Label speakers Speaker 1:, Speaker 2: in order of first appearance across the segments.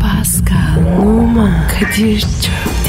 Speaker 1: Pascal, Oman, Kadir çok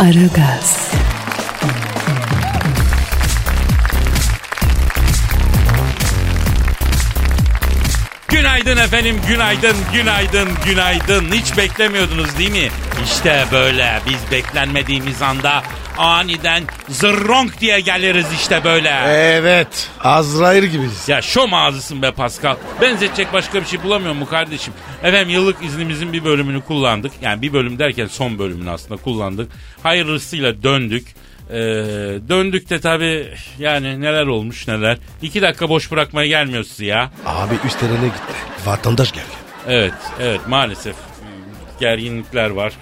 Speaker 1: Aragaz,
Speaker 2: Günaydın efendim, günaydın, günaydın, günaydın. Hiç beklemiyordunuz değil mi? İşte böyle biz beklenmediğimiz anda aniden zırronk diye geliriz işte böyle.
Speaker 3: Evet. Azrail gibiyiz.
Speaker 2: Ya şom ağzısın be Pascal. Benzetecek başka bir şey bulamıyor mu kardeşim? Efendim yıllık iznimizin bir bölümünü kullandık. Yani bir bölüm derken son bölümünü aslında kullandık. Hayırlısıyla döndük. Ee, döndük de tabii yani neler olmuş neler. İki dakika boş bırakmaya gelmiyor sizi ya.
Speaker 3: Abi üstlerine gitti. Vatandaş gel.
Speaker 2: Evet, evet maalesef gerginlikler var.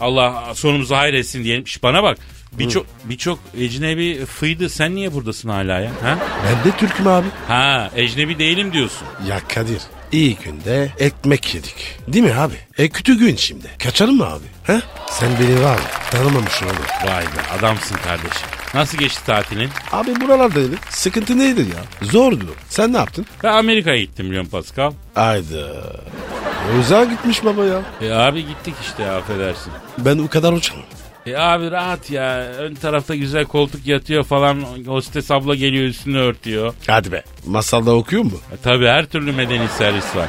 Speaker 2: Allah sonumuzu hayretsin diyelim. Şş, bana bak. Birçok birçok ecnebi fıydı. Sen niye buradasın hala ya? Ha?
Speaker 3: Ben de Türk'üm abi.
Speaker 2: Ha, ecnebi değilim diyorsun.
Speaker 3: Ya Kadir. iyi günde ekmek yedik. Değil mi abi? E kötü gün şimdi. Kaçarım mı abi? He? Sen beni var ya, tanımamışsın oğlum.
Speaker 2: Vay be, adamsın kardeşim. Nasıl geçti tatilin?
Speaker 3: Abi buralardaydı. Sıkıntı neydi ya? Zordu. Sen ne yaptın?
Speaker 2: Ben Amerika'ya gittim biliyorum Pascal.
Speaker 3: Haydi. Uzağa gitmiş baba ya.
Speaker 2: E abi gittik işte ya, affedersin.
Speaker 3: Ben o kadar uçamam.
Speaker 2: E abi rahat ya. Ön tarafta güzel koltuk yatıyor falan. Hostes abla geliyor üstünü örtüyor.
Speaker 3: Hadi be. Masalda okuyor mu?
Speaker 2: E, Tabii her türlü medeni servis var.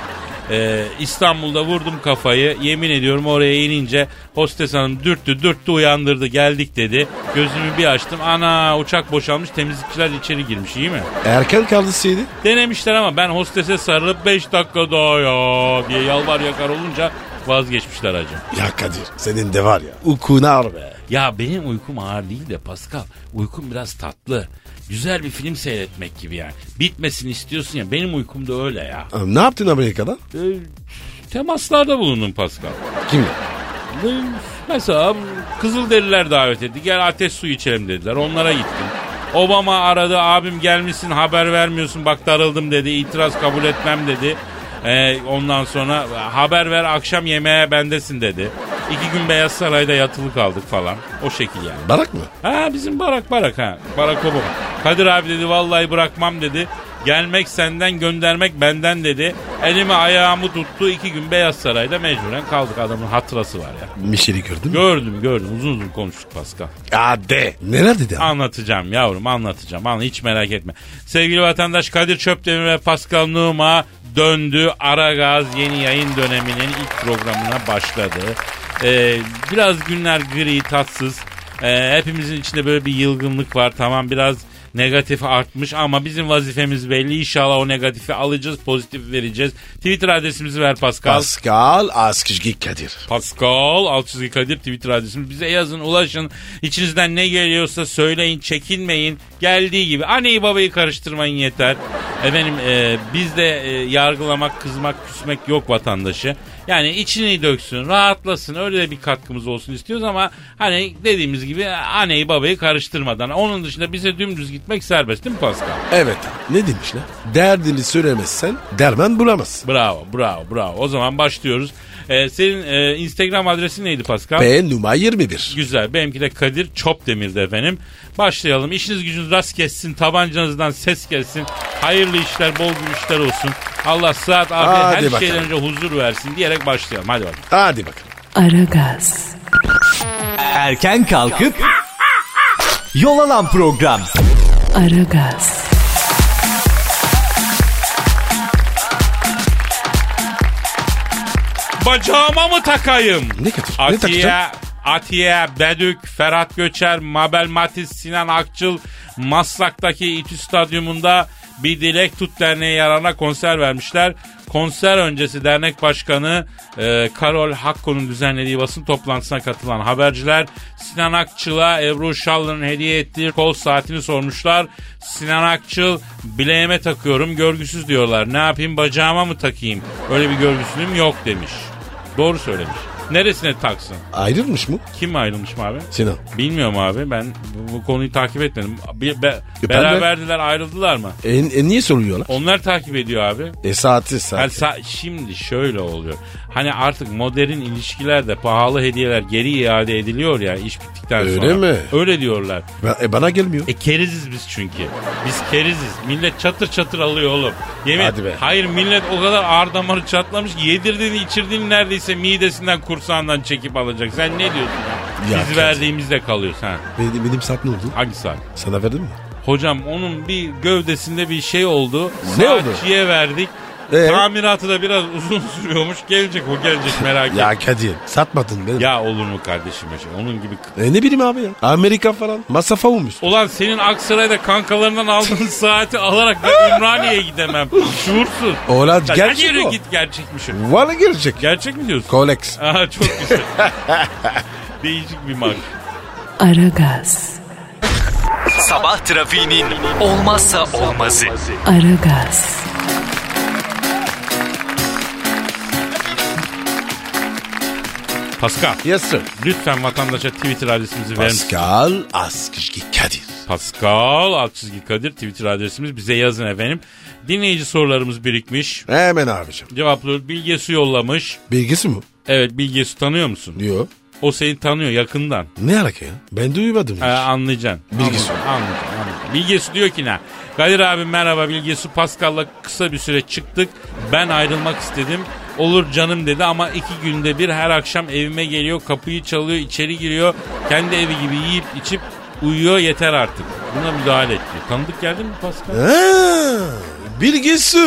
Speaker 2: E, İstanbul'da vurdum kafayı. Yemin ediyorum oraya inince hostes hanım dürttü dürttü uyandırdı geldik dedi. Gözümü bir açtım. Ana uçak boşalmış temizlikçiler içeri girmiş iyi mi?
Speaker 3: Erken kaldısıydı.
Speaker 2: Denemişler ama ben hostese sarılıp 5 dakika daha ya diye yalvar yakar olunca vazgeçmişler acım.
Speaker 3: Ya Kadir senin de var ya. Ukunar be.
Speaker 2: Ya benim uykum ağır değil de Pascal. Uykum biraz tatlı. Güzel bir film seyretmek gibi yani. Bitmesin istiyorsun ya. Benim uykum da öyle ya.
Speaker 3: Abi Ne yaptın Amerika'da?
Speaker 2: Ee, temaslarda bulundum Pascal.
Speaker 3: Kimle?
Speaker 2: Ee, Mesela Kızılderililer davet etti. Gel ateş suyu içelim dediler. Onlara gittim. Obama aradı. Abim gelmişsin haber vermiyorsun. Bak darıldım dedi. İtiraz kabul etmem dedi. Ee, ondan sonra haber ver akşam yemeğe bendesin dedi. İki gün Beyaz Saray'da yatılı kaldık falan. O şekil yani.
Speaker 3: Barak mı?
Speaker 2: Ha bizim Barak Barak ha. Barak Obama. Kadir abi dedi vallahi bırakmam dedi. Gelmek senden göndermek benden dedi. Elimi ayağımı tuttu. iki gün Beyaz Saray'da mecburen kaldık. Adamın hatırası var ya.
Speaker 3: Mişeli gördün mü?
Speaker 2: Gördüm gördüm uzun uzun konuştuk Pascal.
Speaker 3: Hadi. Neler dedi abi?
Speaker 2: Anlatacağım yavrum anlatacağım. Anla, hiç merak etme. Sevgili vatandaş Kadir Çöptemir ve Pascal Numa döndü. Aragaz yeni yayın döneminin ilk programına başladı. Ee, biraz günler gri tatsız. Ee, hepimizin içinde böyle bir yılgınlık var tamam biraz negatif artmış ama bizim vazifemiz belli. İnşallah o negatifi alacağız pozitif vereceğiz. Twitter adresimizi ver Pascal.
Speaker 3: Pascal Askizgi Kadir.
Speaker 2: Pascal alt çizgi Kadir Twitter adresimiz. Bize yazın ulaşın. İçinizden ne geliyorsa söyleyin çekinmeyin. Geldiği gibi anneyi babayı karıştırmayın yeter. Efendim e, bizde e, yargılamak kızmak küsmek yok vatandaşı. Yani içini döksün rahatlasın öyle de bir katkımız olsun istiyoruz ama hani dediğimiz gibi anneyi babayı karıştırmadan. Onun dışında bize dümdüz gitmek serbest değil mi Pascal?
Speaker 3: Evet abi. Ne demişler? Derdini söylemezsen derman bulamazsın.
Speaker 2: Bravo bravo bravo. O zaman başlıyoruz. E, senin e, Instagram adresin neydi Pascal?
Speaker 3: P numara 21.
Speaker 2: Güzel. Benimki de Kadir Çopdemir'di efendim. Başlayalım. İşiniz gücünüz rast kessin. Tabancanızdan ses gelsin. Hayırlı işler, bol gülüşler olsun. Allah sıhhat,
Speaker 3: Hadi
Speaker 2: afiyet, her
Speaker 3: bakalım.
Speaker 2: şeyden önce huzur versin diyerek başlayalım. Hadi bakalım.
Speaker 3: Hadi bakalım.
Speaker 1: Aragaz,
Speaker 4: Erken kalkıp yol alan program.
Speaker 1: Aragaz,
Speaker 2: Bacağıma mı takayım?
Speaker 3: Ne Kadir? Ne
Speaker 2: Atiye,
Speaker 3: takacaksın?
Speaker 2: Atiye, Bedük, Ferhat Göçer, Mabel Matiz, Sinan Akçıl, Maslak'taki İTÜ Stadyumunda bir Dilek Tut Derneği yararına konser vermişler. Konser öncesi dernek başkanı e, Karol Hakko'nun düzenlediği basın toplantısına katılan haberciler Sinan Akçıl'a Ebru Şallı'nın hediye ettiği kol saatini sormuşlar. Sinan Akçıl bileğime takıyorum görgüsüz diyorlar. Ne yapayım bacağıma mı takayım? Öyle bir görgüsüzlüğüm yok demiş. Doğru söylemiş. Neresine taksın?
Speaker 3: Ayrılmış mı?
Speaker 2: Kim ayrılmış mı abi?
Speaker 3: Sinan.
Speaker 2: Bilmiyorum abi ben bu, bu konuyu takip etmedim. Be- be-
Speaker 3: de.
Speaker 2: beraberdiler ayrıldılar mı?
Speaker 3: E, e niye soruyorlar?
Speaker 2: Onlar takip ediyor abi.
Speaker 3: E saati
Speaker 2: Her
Speaker 3: saati.
Speaker 2: sa- şimdi şöyle oluyor. Hani artık modern ilişkilerde pahalı hediyeler geri iade ediliyor ya iş bittikten
Speaker 3: Öyle
Speaker 2: sonra.
Speaker 3: mi?
Speaker 2: Öyle diyorlar.
Speaker 3: Ba- e, bana gelmiyor.
Speaker 2: E keriziz biz çünkü. Biz keriziz. Millet çatır çatır alıyor oğlum. Yemin.
Speaker 3: Hadi be.
Speaker 2: Hayır millet o kadar ağır damarı çatlamış ki yedirdiğini içirdiğini neredeyse midesinden kursağından çekip alacak. Sen ne diyorsun? Ya?
Speaker 3: Ya
Speaker 2: biz
Speaker 3: Kadir.
Speaker 2: verdiğimizde kalıyor sen.
Speaker 3: Benim, benim saat ne oldu?
Speaker 2: Hangi saat?
Speaker 3: Sana verdim mi?
Speaker 2: Hocam onun bir gövdesinde bir şey oldu.
Speaker 3: Ne oldu?
Speaker 2: Saatçiye verdik.
Speaker 3: Ee?
Speaker 2: Tamiratı da biraz uzun sürüyormuş. Gelecek o gelecek merak etme.
Speaker 3: Ya Kadir satmadın beni.
Speaker 2: Ya olur mu kardeşim ya şey? Onun gibi
Speaker 3: E, ne bileyim abi ya. Amerika falan. Masafa olmuş.
Speaker 2: Ulan senin Aksaray'da kankalarından aldığın saati alarak ben Ümraniye'ye gidemem. Şuursuz.
Speaker 3: Oğlan
Speaker 2: Ya
Speaker 3: gerçek
Speaker 2: yürü
Speaker 3: o.
Speaker 2: git gerçekmiş o.
Speaker 3: Valla gelecek.
Speaker 2: Gerçek mi diyorsun?
Speaker 3: Kolex.
Speaker 2: Aha çok güzel. Değişik bir marka.
Speaker 1: Aragaz,
Speaker 4: Sabah trafiğinin olmazsa olmazı.
Speaker 1: Aragaz,
Speaker 2: Pascal
Speaker 3: Yes sir.
Speaker 2: lütfen vatandaşa Twitter adresimizi verir misin?
Speaker 3: Pascal Askışki Kadir.
Speaker 2: Pascal alt çizgi Kadir Twitter adresimiz bize yazın efendim. Dinleyici sorularımız birikmiş.
Speaker 3: Hemen abicim.
Speaker 2: Cevaplıyor. Bilge Su yollamış.
Speaker 3: Bilgisi mi?
Speaker 2: Evet Bilge Su tanıyor musun?
Speaker 3: Diyor.
Speaker 2: O seni tanıyor yakından.
Speaker 3: Ne alaka ya? Ben duymadım. hiç.
Speaker 2: Ee, anlayacaksın.
Speaker 3: Bilgesu.
Speaker 2: Anlayacaksın, anlayacaksın, anlayacaksın. Bilgesu diyor ki ne? Kadir abi merhaba Bilgesu Pascal'la kısa bir süre çıktık. Ben ayrılmak istedim. Olur canım dedi ama iki günde bir her akşam evime geliyor. Kapıyı çalıyor içeri giriyor. Kendi evi gibi yiyip içip uyuyor yeter artık. Buna müdahale et diyor. Tanıdık geldi mi Pascal?
Speaker 3: Ha, Bilgisi.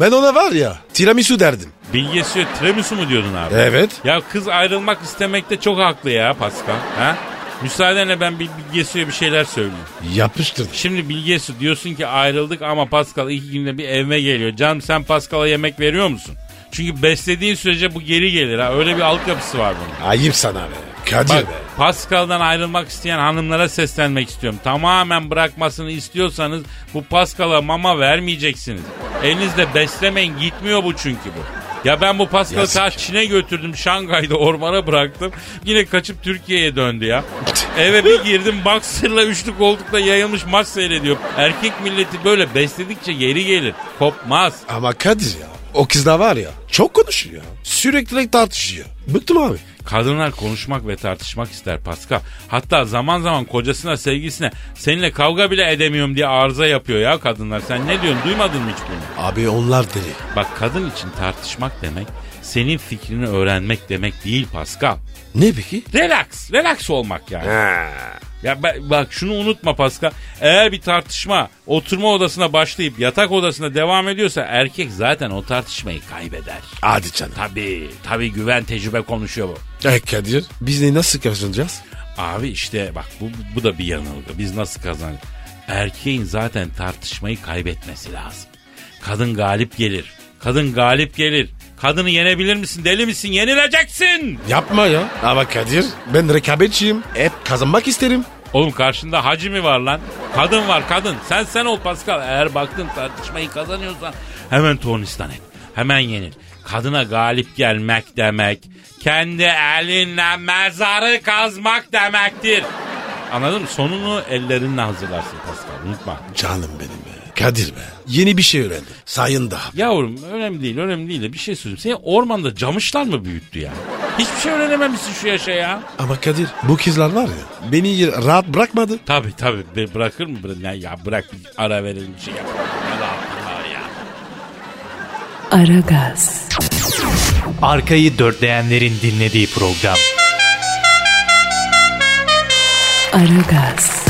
Speaker 3: Ben ona var ya tiramisu derdim.
Speaker 2: Bilgesu tiramisu mu diyordun abi?
Speaker 3: Evet.
Speaker 2: Ya kız ayrılmak istemekte çok haklı ya Pascal. Ha? Müsaadenle ben bir Bilgesu'ya bir şeyler söyleyeyim.
Speaker 3: Yapıştır.
Speaker 2: Şimdi Bilge Su diyorsun ki ayrıldık ama Pascal iki günde bir evime geliyor. Canım sen Pascal'a yemek veriyor musun? Çünkü beslediğin sürece bu geri gelir ha. Öyle bir altyapısı var bunun.
Speaker 3: Ayıp sana be. Kadir
Speaker 2: Bak
Speaker 3: be.
Speaker 2: Pascal'dan ayrılmak isteyen hanımlara seslenmek istiyorum. Tamamen bırakmasını istiyorsanız bu Pascal'a mama vermeyeceksiniz. Elinizle beslemeyin gitmiyor bu çünkü bu. Ya ben bu Pascal'ı
Speaker 3: Yazık
Speaker 2: ta
Speaker 3: ya.
Speaker 2: Çin'e götürdüm. Şangay'da ormana bıraktım. Yine kaçıp Türkiye'ye döndü ya. Eve bir girdim boxer'la üçlü koltukta yayılmış maç seyrediyor. Erkek milleti böyle besledikçe geri gelir. Kopmaz.
Speaker 3: Ama Kadir ya. O kız da var ya. Çok konuşuyor. Sürekli tartışıyor. Bıktım abi.
Speaker 2: Kadınlar konuşmak ve tartışmak ister Pascal. Hatta zaman zaman kocasına sevgisine seninle kavga bile edemiyorum diye arıza yapıyor ya kadınlar. Sen ne diyorsun duymadın mı hiç bunu?
Speaker 3: Abi onlar deli.
Speaker 2: Bak kadın için tartışmak demek senin fikrini öğrenmek demek değil Pascal.
Speaker 3: Ne peki?
Speaker 2: Relax, relax olmak yani. Ya ben- bak şunu unutma Pascal. Eğer bir tartışma oturma odasına başlayıp yatak odasına devam ediyorsa erkek zaten o tartışmayı kaybeder.
Speaker 3: Hadi canım.
Speaker 2: Tabii, tabii güven tecrübe konuşuyor bu.
Speaker 3: E Kadir biz ne nasıl kazanacağız?
Speaker 2: Abi işte bak bu, bu da bir yanılgı. Biz nasıl kazanırız? Erkeğin zaten tartışmayı kaybetmesi lazım. Kadın galip gelir. Kadın galip gelir. Kadını yenebilir misin? Deli misin? Yenileceksin.
Speaker 3: Yapma ya. Ama Kadir ben rekabetçiyim. Hep kazanmak isterim.
Speaker 2: Oğlum karşında hacı mi var lan? Kadın var kadın. Sen sen ol Pascal. Eğer baktın tartışmayı kazanıyorsan hemen tornistan et. Hemen yenil. Kadına galip gelmek demek kendi elinle mezarı kazmak demektir. Anladın mı? Sonunu ellerinle hazırlarsın Pascal. Unutma.
Speaker 3: Canım benim be. Kadir be. Yeni bir şey öğrendim. Sayın daha.
Speaker 2: Yavrum önemli değil önemli değil de bir şey söyleyeyim. Seni ormanda camışlar mı büyüttü ya? Hiçbir şey öğrenememişsin şu yaşa ya.
Speaker 3: Ama Kadir bu kızlar var ya beni rahat bırakmadı.
Speaker 2: Tabii tabii Be- bırakır mı? Bıra- Ya, ya bırak bir ara verelim bir şey yapalım. Ne rahatlıklar ya.
Speaker 1: Aragaz,
Speaker 4: Arkayı dörtleyenlerin dinlediği program.
Speaker 1: Aragaz,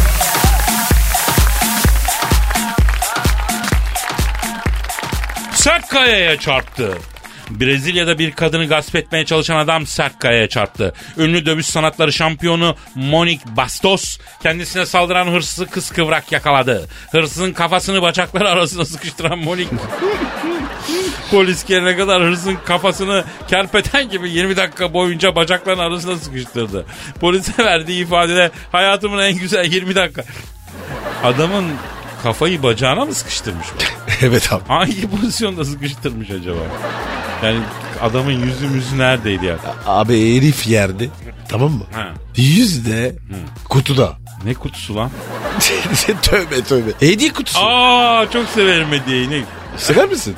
Speaker 2: Sert kayaya çarptı. Brezilya'da bir kadını gasp etmeye çalışan adam sert kayaya çarptı. Ünlü dövüş sanatları şampiyonu Monique Bastos kendisine saldıran hırsızı kıskıvrak yakaladı. Hırsızın kafasını bacakları arasına sıkıştıran Monique Polis gelene kadar hırsızın kafasını kerpeten gibi 20 dakika boyunca bacakların arasına sıkıştırdı. Polise verdiği ifadede hayatımın en güzel 20 dakika. Adamın kafayı bacağına mı sıkıştırmış? bu?
Speaker 3: evet abi.
Speaker 2: Hangi pozisyonda sıkıştırmış acaba? Yani Adamın yüzü müzü neredeydi ya?
Speaker 3: Abi herif yerdi. Tamam mı?
Speaker 2: Ha.
Speaker 3: Yüzde kutuda.
Speaker 2: Ne kutusu lan?
Speaker 3: tövbe tövbe. Hediye kutusu.
Speaker 2: Aa çok severim hediyeyi. Ne-
Speaker 3: Sever misin?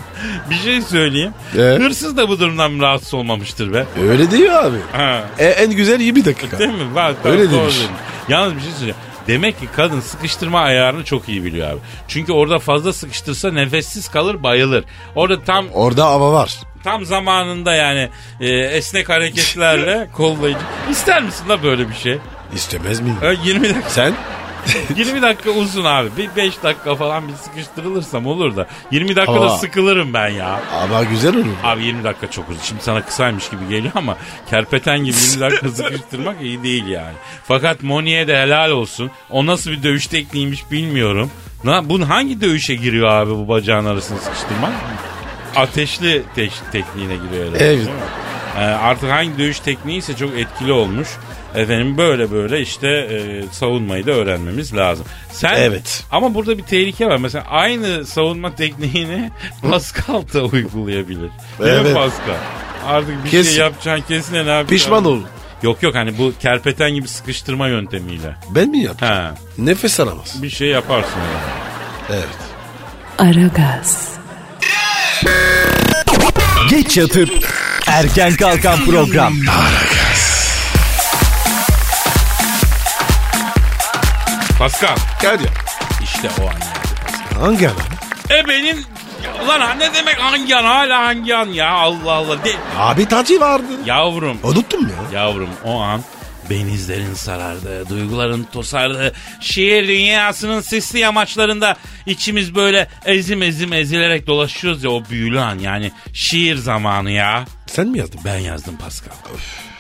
Speaker 2: Bir şey söyleyeyim.
Speaker 3: Ee?
Speaker 2: Hırsız da bu durumdan rahatsız olmamıştır be.
Speaker 3: Öyle diyor abi.
Speaker 2: Ha.
Speaker 3: E, en güzel 20 dakika.
Speaker 2: Değil mi? Var, tabii,
Speaker 3: Öyle
Speaker 2: doğru
Speaker 3: demiş.
Speaker 2: dedin. Yalnız bir şey söyleyeyim. Demek ki kadın sıkıştırma ayarını çok iyi biliyor abi. Çünkü orada fazla sıkıştırsa nefessiz kalır bayılır. Orada tam
Speaker 3: Orada hava var.
Speaker 2: tam zamanında yani e, esnek hareketlerle kollayıcı. İster misin la böyle bir şey?
Speaker 3: İstemez miyim?
Speaker 2: Ha, 20 dakika
Speaker 3: Sen?
Speaker 2: 20 dakika uzun abi. Bir 5 dakika falan bir sıkıştırılırsam olur da. 20 dakikada
Speaker 3: Aa.
Speaker 2: sıkılırım ben ya.
Speaker 3: Ama güzel olur.
Speaker 2: Abi 20 dakika çok uzun. Şimdi sana kısaymış gibi geliyor ama kerpeten gibi 20 dakika sıkıştırmak iyi değil yani. Fakat Moni'ye de helal olsun. O nasıl bir dövüş tekniğiymiş bilmiyorum. Na, bunun hangi dövüşe giriyor abi bu bacağın arasını sıkıştırmak? Ateşli teş- tekniğine giriyor herhalde.
Speaker 3: Evet.
Speaker 2: değil mi? Ee, artık hangi dövüş tekniği ise çok etkili olmuş. Efendim böyle böyle işte e, savunmayı da öğrenmemiz lazım. Sen
Speaker 3: Evet.
Speaker 2: ama burada bir tehlike var. Mesela aynı savunma tekniğini Pascal da uygulayabilir. Değil mi
Speaker 3: Evet.
Speaker 2: Pascal? Artık bir
Speaker 3: Kesin.
Speaker 2: şey yapacaksın kesin ne yapacaksın?
Speaker 3: Pişman ol.
Speaker 2: Yok yok hani bu kerpeten gibi sıkıştırma yöntemiyle.
Speaker 3: Ben mi yaptım?
Speaker 2: Ha,
Speaker 3: Nefes alamaz.
Speaker 2: bir şey yaparsın yani.
Speaker 3: Evet.
Speaker 1: Aragaz,
Speaker 4: Geç yatıp erken kalkan program.
Speaker 2: Pascal
Speaker 3: Gel ya.
Speaker 2: işte o an. yani.
Speaker 3: Hangi adam?
Speaker 2: E benim Ulan ha ne demek hangi an hala hangi an ya Allah Allah. De-
Speaker 3: Abi tacı vardı.
Speaker 2: Yavrum
Speaker 3: Unuttun mu ya?
Speaker 2: Yavrum o an benizlerin sarardı, duyguların tosardı. Şiir dünyasının sisli yamaçlarında içimiz böyle ezim ezim ezilerek dolaşıyoruz ya o büyülü an yani şiir zamanı ya.
Speaker 3: Sen mi yazdın?
Speaker 2: Ben yazdım Pascal.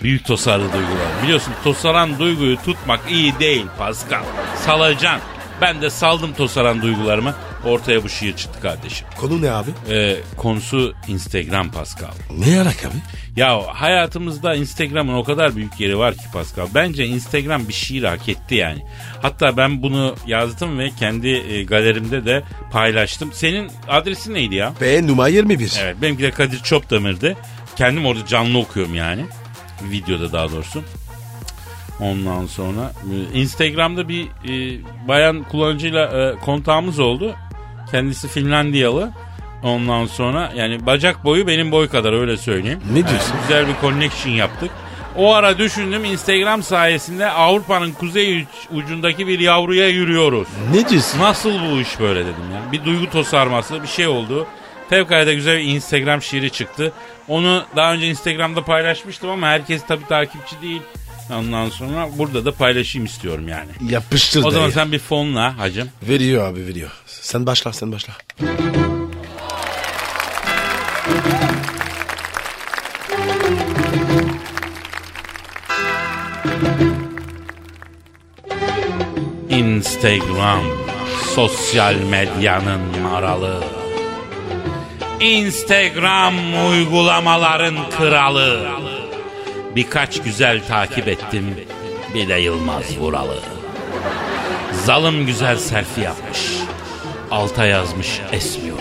Speaker 2: Büyük tosarlı duygular. Biliyorsun tosaran duyguyu tutmak iyi değil Pascal. Salacan. Ben de saldım tosaran duygularımı. Ortaya bu şiir çıktı kardeşim.
Speaker 3: Konu ne abi?
Speaker 2: Ee, konusu Instagram Pascal.
Speaker 3: Ne yarak abi?
Speaker 2: Ya hayatımızda Instagram'ın o kadar büyük yeri var ki Pascal. Bence Instagram bir şiir hak etti yani. Hatta ben bunu yazdım ve kendi e, galerimde de paylaştım. Senin adresin neydi ya?
Speaker 3: B numara 21.
Speaker 2: Evet benimki de Kadir Çopdemir'di. Kendim orada canlı okuyorum yani. Videoda daha doğrusu. Ondan sonra e, Instagram'da bir e, bayan kullanıcıyla e, kontağımız oldu. Kendisi Finlandiyalı. Ondan sonra yani bacak boyu benim boy kadar öyle söyleyeyim.
Speaker 3: Ne diyorsun?
Speaker 2: Yani güzel bir connection yaptık. O ara düşündüm Instagram sayesinde Avrupa'nın kuzey uc- ucundaki bir yavruya yürüyoruz.
Speaker 3: Ne diyorsun?
Speaker 2: Nasıl bu iş böyle dedim ya. Bir duygu tosarması bir şey oldu. Fevkalade güzel bir Instagram şiiri çıktı. Onu daha önce Instagram'da paylaşmıştım ama herkes tabii takipçi değil. Ondan sonra burada da paylaşayım istiyorum yani.
Speaker 3: Yapıştır
Speaker 2: O zaman
Speaker 3: dayı.
Speaker 2: sen bir fonla hacım.
Speaker 3: Veriyor abi veriyor. Sen başla sen başla.
Speaker 2: Instagram sosyal medyanın maralı. Instagram uygulamaların kralı. Birkaç güzel takip ettim. Bir de Yılmaz Vuralı. Zalım güzel selfie yapmış. Alta yazmış esmiyor.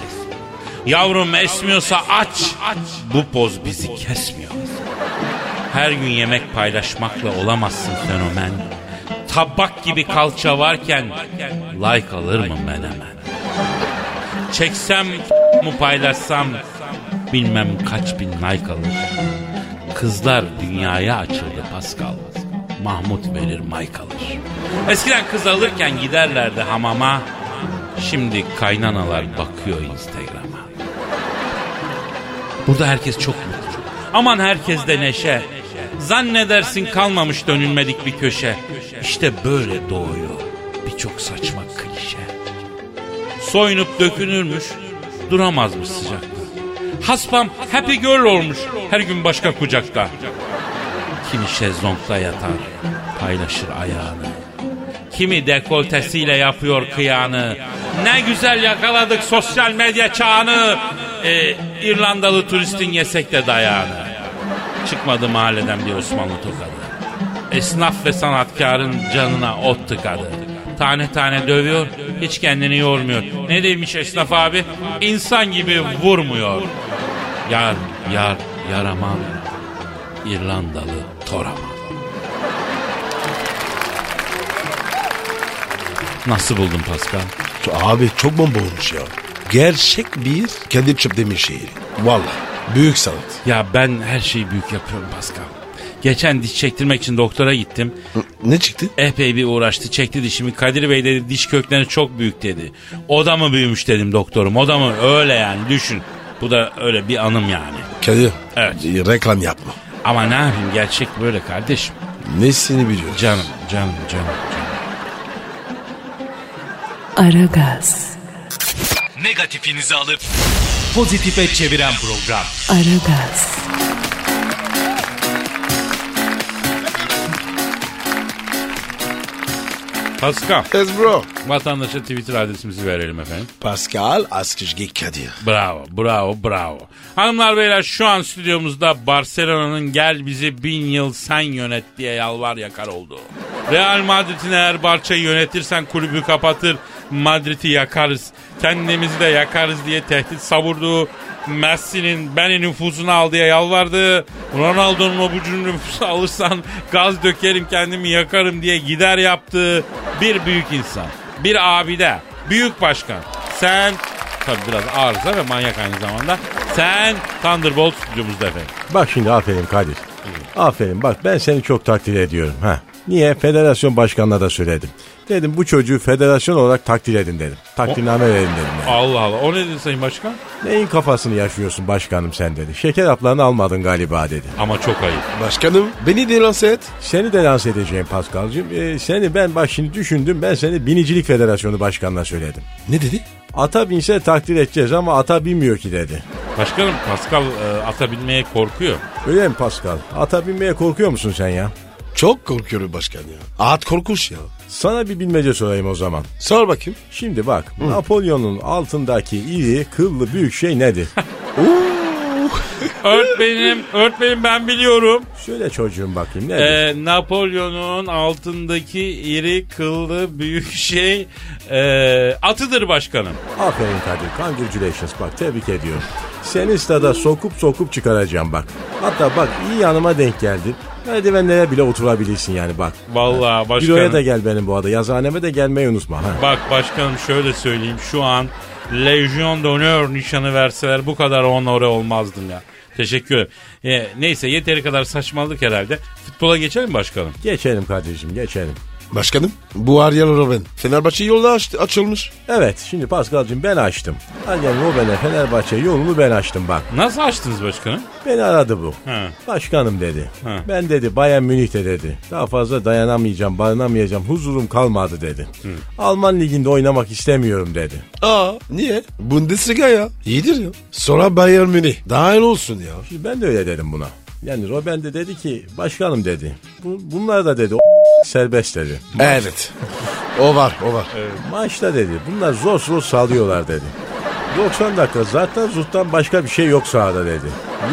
Speaker 2: Yavrum esmiyorsa aç. Bu poz bizi kesmiyor. Her gün yemek paylaşmakla olamazsın fenomen. Tabak gibi kalça varken like alır mı menemen? Çeksem mu paylaşsam bilmem kaç bin like alır. Kızlar dünyaya açıldı Pascal. Mahmut verir Mike alır. Eskiden kız alırken giderlerdi hamama. Şimdi kaynanalar bakıyor Instagram'a. Burada herkes çok mutlu. Aman herkes de neşe. Zannedersin kalmamış dönülmedik bir köşe. İşte böyle doğuyor birçok saçma klişe. Soyunup dökünürmüş, duramazmış sıcakta. Haspam happy girl olmuş her gün başka kucakta. Kimi şezlongda yatar, paylaşır ayağını. Kimi dekoltesiyle yapıyor kıyanı. Ne güzel yakaladık sosyal medya çağını. Ee, İrlandalı turistin yesek de dayağını. Çıkmadı mahalleden bir Osmanlı tokadı. Esnaf ve sanatkarın canına ot tıkadı. Tane tane dövüyor, hiç kendini yormuyor. Ne demiş esnaf abi? İnsan gibi vurmuyor. Yar, yar, Yaraman İrlandalı Toraman. Nasıl buldun Pascal?
Speaker 3: Abi çok bomba olmuş ya. Gerçek bir Kadir Çöpdemir şehri. Valla büyük sanat.
Speaker 2: Ya ben her şeyi büyük yapıyorum Pascal. Geçen diş çektirmek için doktora gittim.
Speaker 3: Ne çıktı?
Speaker 2: Epey bir uğraştı çekti dişimi. Kadir Bey dedi diş kökleri çok büyük dedi. O da mı büyümüş dedim doktorum. O da mı öyle yani düşün. Bu da öyle bir anım yani.
Speaker 3: Kadir.
Speaker 2: Evet.
Speaker 3: Reklam yapma.
Speaker 2: Ama ne yapayım gerçek böyle kardeşim.
Speaker 3: Nesini biliyoruz?
Speaker 2: Canım canım canım. canım.
Speaker 1: Aragaz,
Speaker 4: Negatifinizi alıp pozitife çeviren program.
Speaker 1: Aragaz,
Speaker 2: Pascal
Speaker 3: Yes bro.
Speaker 2: vatandaşa Twitter adresimizi verelim efendim.
Speaker 3: Pascal Askışgi Kadir.
Speaker 2: Bravo, bravo, bravo. Hanımlar beyler şu an stüdyomuzda Barcelona'nın gel bizi bin yıl sen yönet diye yalvar yakar oldu. Real Madrid'in eğer Barça'yı yönetirsen kulübü kapatır, Madrid'i yakarız, kendimizi de yakarız diye tehdit savurdu. Messi'nin beni nüfusuna al diye yalvardı. Ronaldo'nun o bucunu nüfusu alırsan gaz dökerim kendimi yakarım diye gider yaptı. Bir büyük insan, bir abide, büyük başkan. Sen Tabii biraz arıza ve manyak aynı zamanda. Sen Thunderbolt stüdyomuzda efendim.
Speaker 5: Bak şimdi aferin Kadir. Aferin bak ben seni çok takdir ediyorum. ha. Niye? Federasyon başkanına da söyledim. Dedim bu çocuğu federasyon olarak takdir edin dedim. Takdirname verin dedim. yani.
Speaker 2: Allah Allah. O ne dedi Sayın Başkan?
Speaker 5: Neyin kafasını yaşıyorsun başkanım sen dedi. Şeker haplarını almadın galiba dedi.
Speaker 2: Ama çok ayıp.
Speaker 3: Başkanım beni de lanse et.
Speaker 5: Seni de lanse edeceğim Paskal'cığım. Ee, seni ben bak şimdi düşündüm ben seni Binicilik Federasyonu Başkanı'na söyledim.
Speaker 3: Ne dedi?
Speaker 5: Ata binse takdir edeceğiz ama ata binmiyor ki dedi.
Speaker 2: Başkanım Pascal e, ata binmeye korkuyor.
Speaker 5: Öyle mi Paskal? Ata binmeye korkuyor musun sen ya?
Speaker 3: Çok korkuyorum başkan ya. At korkunç ya.
Speaker 5: Sana bir bilmece sorayım o zaman.
Speaker 3: Sor bakayım.
Speaker 5: Şimdi bak Napolyon'un altındaki iri kıllı büyük şey nedir?
Speaker 2: Ört benim, ört benim ben biliyorum.
Speaker 5: Söyle çocuğum bakayım nedir?
Speaker 2: E, Napolyon'un altındaki iri, kıllı, büyük şey e, atıdır başkanım.
Speaker 5: Aferin Kadir. Congratulations bak tebrik ediyorum. Seni stada sokup sokup çıkaracağım bak. Hatta bak iyi yanıma denk geldin. Merdivenlere bile oturabilirsin yani bak.
Speaker 2: Vallahi
Speaker 5: Büroya da
Speaker 2: başkanım.
Speaker 5: gel benim bu arada. Yazıhaneme de gelmeyi unutma. Ha.
Speaker 2: Bak başkanım şöyle söyleyeyim şu an Legion d'honneur nişanı verseler bu kadar onore olmazdım ya. Teşekkür ederim. E, neyse yeteri kadar saçmalık herhalde. Futbola geçelim başkanım.
Speaker 5: Geçelim Kadir'cim geçelim.
Speaker 3: Başkanım bu Ariel Robben. Fenerbahçe yolda aç- açılmış.
Speaker 5: Evet şimdi Paskal'cığım ben açtım. Algen Robben'e Fenerbahçe yolunu ben açtım bak.
Speaker 2: Nasıl açtınız başkanım?
Speaker 5: Beni aradı bu.
Speaker 2: Ha.
Speaker 5: Başkanım dedi.
Speaker 2: Ha.
Speaker 5: Ben dedi Bayern Münih'te dedi. Daha fazla dayanamayacağım, barınamayacağım. Huzurum kalmadı dedi. Alman liginde oynamak istemiyorum dedi.
Speaker 3: Aa niye? Bundesliga ya. İyidir ya. Sonra Bayern Münih. Dahil olsun ya.
Speaker 5: Şimdi ben de öyle dedim buna. Yani Robben de dedi ki başkanım dedi. Bu, bunlar da dedi o serbest dedi.
Speaker 3: Evet. o var o var.
Speaker 5: Maçta dedi bunlar zor zor sallıyorlar dedi. 90 dakika zaten zuttan başka bir şey yok sahada dedi.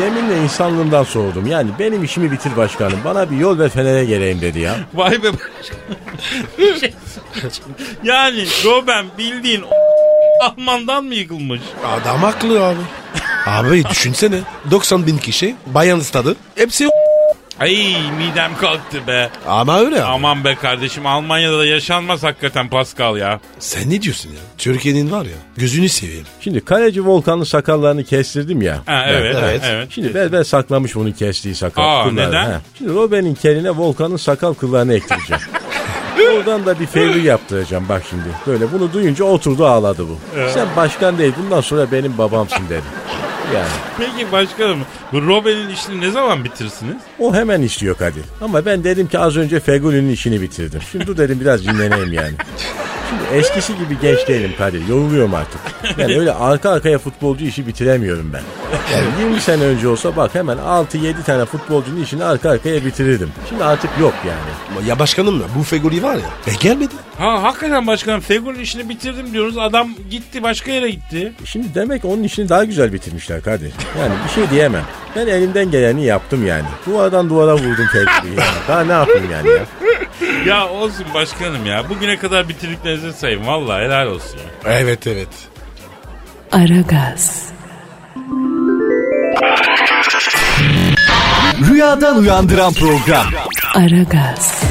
Speaker 5: Yeminle insanlığımdan soğudum. Yani benim işimi bitir başkanım. Bana bir yol ve fenere geleyim dedi ya.
Speaker 2: Vay be başkanım. Bir şey söyleyeceğim. yani Robben bildiğin Alman'dan mı yıkılmış?
Speaker 3: Adam haklı abi. abi düşünsene. 90 bin kişi bayan stadı. Hepsi o-
Speaker 2: Ay midem kalktı be.
Speaker 3: Ama öyle abi.
Speaker 2: Aman be kardeşim Almanya'da da yaşanmaz hakikaten Pascal ya.
Speaker 3: Sen ne diyorsun ya? Türkiye'nin var ya. Gözünü seveyim.
Speaker 5: Şimdi kaleci Volkan'ın sakallarını kestirdim ya.
Speaker 2: Ha, evet, evet.
Speaker 3: Evet.
Speaker 2: evet.
Speaker 5: Şimdi berber saklamış bunun kestiği sakal
Speaker 2: Aa,
Speaker 5: kıllarını.
Speaker 2: neden?
Speaker 5: ha. Şimdi Robben'in keline Volkan'ın sakal kıllarını ektireceğim. Oradan da bir fevri yaptıracağım bak şimdi. Böyle bunu duyunca oturdu ağladı bu. Sen başkan değil bundan sonra benim babamsın dedi. Yani
Speaker 2: Peki başkanım bu Robben'in işini ne zaman bitirsiniz?
Speaker 5: o hemen istiyor Kadir. Ama ben dedim ki az önce Fegül'ün işini bitirdim. Şimdi dur dedim biraz dinleneyim yani. Şimdi eskisi gibi genç değilim Kadir. Yoruluyorum artık. Yani öyle arka arkaya futbolcu işi bitiremiyorum ben. Yani 20 sene önce olsa bak hemen 6-7 tane futbolcunun işini arka arkaya bitirirdim. Şimdi artık yok yani.
Speaker 3: Ya başkanım ya bu Fegoli var ya. E gelmedi.
Speaker 2: Ha hakikaten başkanım Fegül'ün işini bitirdim diyoruz. Adam gitti başka yere gitti.
Speaker 5: Şimdi demek onun işini daha güzel bitirmişler Kadir. Yani bir şey diyemem. Ben elimden geleni yaptım yani. Duvardan duvara vurdum tedbiri. yani. Daha ne yapayım yani ya?
Speaker 2: Ya olsun başkanım ya. Bugüne kadar bitirdiklerinizi sayın. Vallahi helal olsun ya.
Speaker 3: Evet evet.
Speaker 1: Aragaz,
Speaker 4: Rüyadan uyandıran program.
Speaker 1: Aragaz,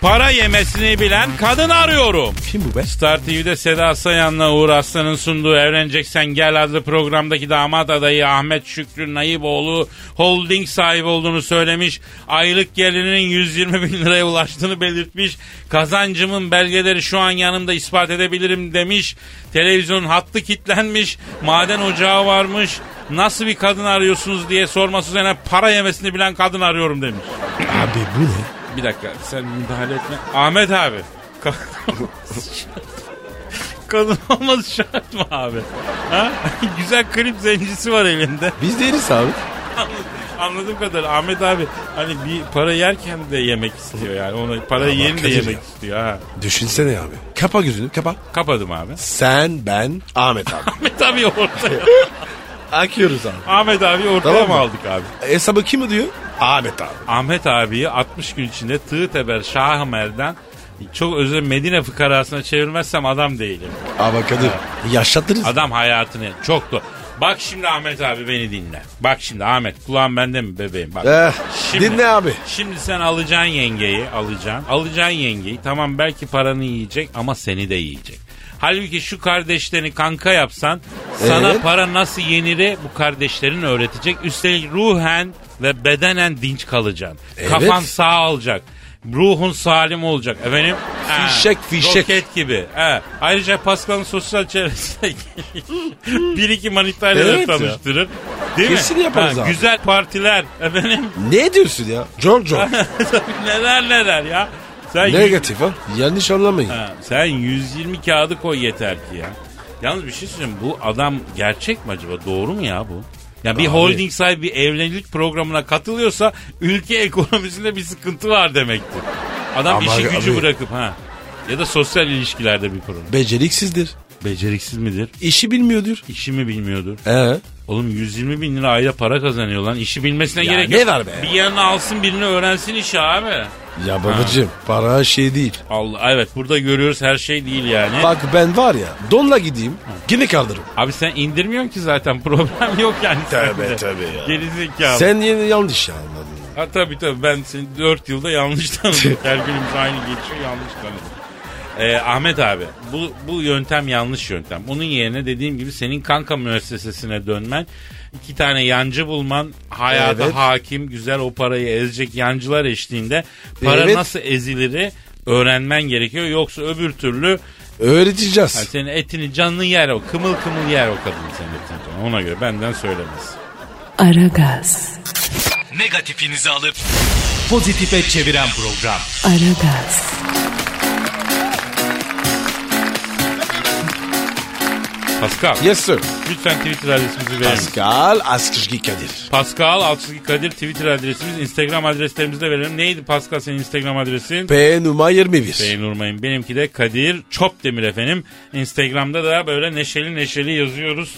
Speaker 2: Para yemesini bilen kadın arıyorum.
Speaker 3: Kim bu be?
Speaker 2: Star TV'de Seda Sayan'la Uğur Aslan'ın sunduğu Evleneceksen Gel adlı programdaki damat adayı Ahmet Şükrü Nayıboğlu holding sahibi olduğunu söylemiş. Aylık gelirinin 120 bin liraya ulaştığını belirtmiş. Kazancımın belgeleri şu an yanımda ispat edebilirim demiş. Televizyon hattı kilitlenmiş. Maden ocağı varmış. Nasıl bir kadın arıyorsunuz diye sorması üzerine para yemesini bilen kadın arıyorum demiş.
Speaker 3: Abi bu ne?
Speaker 2: Bir dakika sen müdahale etme. Ahmet abi. Kadın olması şart. Kadın olması şart mı abi? Ha? Güzel klip zencisi var elinde.
Speaker 3: Biz değiliz abi.
Speaker 2: Anladığım kadarıyla Ahmet abi hani bir para yerken de yemek istiyor yani. Ona para yeni de
Speaker 3: Kadir
Speaker 2: yemek
Speaker 3: ya.
Speaker 2: istiyor ha.
Speaker 3: Düşünsene abi. Kapa gözünü kapa.
Speaker 2: Kapadım abi.
Speaker 3: Sen, ben, Ahmet abi.
Speaker 2: Ahmet abi ortaya.
Speaker 3: Akıyoruz abi.
Speaker 2: Ahmet abi ortaya
Speaker 3: Tamam
Speaker 2: mı
Speaker 3: mı?
Speaker 2: aldık abi?
Speaker 3: Hesabı kim ödüyor? Ahmet abi.
Speaker 2: Ahmet abiyi 60 gün içinde Tığteber Şahmer'den çok özel Medine fıkarasına çevirmezsem adam değilim.
Speaker 3: Ama Kadir yaşlatırız.
Speaker 2: Adam hayatını çok do- Bak şimdi Ahmet abi beni dinle. Bak şimdi Ahmet kulağın bende mi bebeğim? Bak.
Speaker 3: Eh, dinle abi.
Speaker 2: Şimdi sen alacaksın yengeyi alacaksın. Alacaksın yengeyi tamam belki paranı yiyecek ama seni de yiyecek. Halbuki şu kardeşlerini kanka yapsan sana
Speaker 3: Evet.
Speaker 2: para nasıl yeniri bu kardeşlerin öğretecek. Üstelik ruhen ve bedenen dinç kalacaksın.
Speaker 3: Evet.
Speaker 2: Kafan sağ olacak. Ruhun salim olacak. Efendim? Ha,
Speaker 3: Fişek, fişek.
Speaker 2: Roket gibi. Ha. Ayrıca Pascal'ın sosyal çevresinde bir iki manitayla da
Speaker 3: Evet ya.
Speaker 2: tanıştırır. Değil mi?
Speaker 3: Kesin yaparız abi.
Speaker 2: Güzel partiler. Efendim?
Speaker 3: Ne diyorsun ya? Giorgio.
Speaker 2: Tabii neler neler ya. Sen, yüz-
Speaker 3: Negatif ha. Yanlış anlamayın.
Speaker 2: Ha, sen 120 kağıdı koy yeter ki ya. Yalnız bir şey söyleyeyim bu adam gerçek mi acaba doğru mu ya bu? Ya bir
Speaker 3: Abi.
Speaker 2: holding sahibi bir evlilik programına katılıyorsa ülke ekonomisinde bir sıkıntı var demektir. Adam
Speaker 3: Ama
Speaker 2: işi
Speaker 3: abi-
Speaker 2: gücü
Speaker 3: abi-
Speaker 2: bırakıp ha ya da sosyal ilişkilerde bir problem.
Speaker 3: Beceriksizdir.
Speaker 2: Beceriksiz midir?
Speaker 3: İşi bilmiyordur.
Speaker 2: İşimi bilmiyordur.
Speaker 3: Ee?
Speaker 2: Oğlum 120 bin lira ayda para kazanıyor lan. İşi bilmesine
Speaker 3: Ya
Speaker 2: gerek
Speaker 3: ne
Speaker 2: yok.
Speaker 3: var be?
Speaker 2: Bir yanına alsın birini öğrensin işi abi.
Speaker 3: Ya babacığım para şey değil.
Speaker 2: Allah evet burada görüyoruz her şey değil yani.
Speaker 3: Bak ben var ya donla gideyim gene kaldırım.
Speaker 2: Abi sen indirmiyorsun ki zaten problem yok yani.
Speaker 3: Tabii,
Speaker 2: sende.
Speaker 3: tabii ya.
Speaker 2: Gerizekalı.
Speaker 3: Sen yine yanlış ya anladın.
Speaker 2: Ha tabii tabii ben seni 4 yılda yanlış tanıdım. Her günümüz aynı geçiyor yanlış tanıdım. Ee, Ahmet abi bu, bu yöntem yanlış yöntem. Bunun yerine dediğim gibi senin kanka müessesesine dönmen, iki tane yancı bulman, hayata
Speaker 3: Evet.
Speaker 2: hakim güzel o parayı ezecek yancılar eşliğinde para
Speaker 3: Evet.
Speaker 2: nasıl eziliri öğrenmen gerekiyor. Yoksa öbür türlü
Speaker 3: Öğreteceğiz.
Speaker 2: Ha, senin etini canlı yer o. Kımıl kımıl yer o kadın senin etini. canlı. Ona göre benden söylemez.
Speaker 1: Aragaz,
Speaker 4: Negatifinizi alıp pozitife çeviren program.
Speaker 1: Aragaz,
Speaker 2: Pascal.
Speaker 3: Yes sir.
Speaker 2: Lütfen Twitter adresimizi verin.
Speaker 3: Pascal Askışki Kadir.
Speaker 2: Pascal Altçızgi Kadir Twitter adresimiz. Instagram adreslerimizi de verelim. Neydi Pascal senin Instagram adresin?
Speaker 3: P numara 21.
Speaker 2: Sayın Urmay'ın benimki de Kadir Çopdemir efendim. Instagram'da da böyle neşeli neşeli yazıyoruz.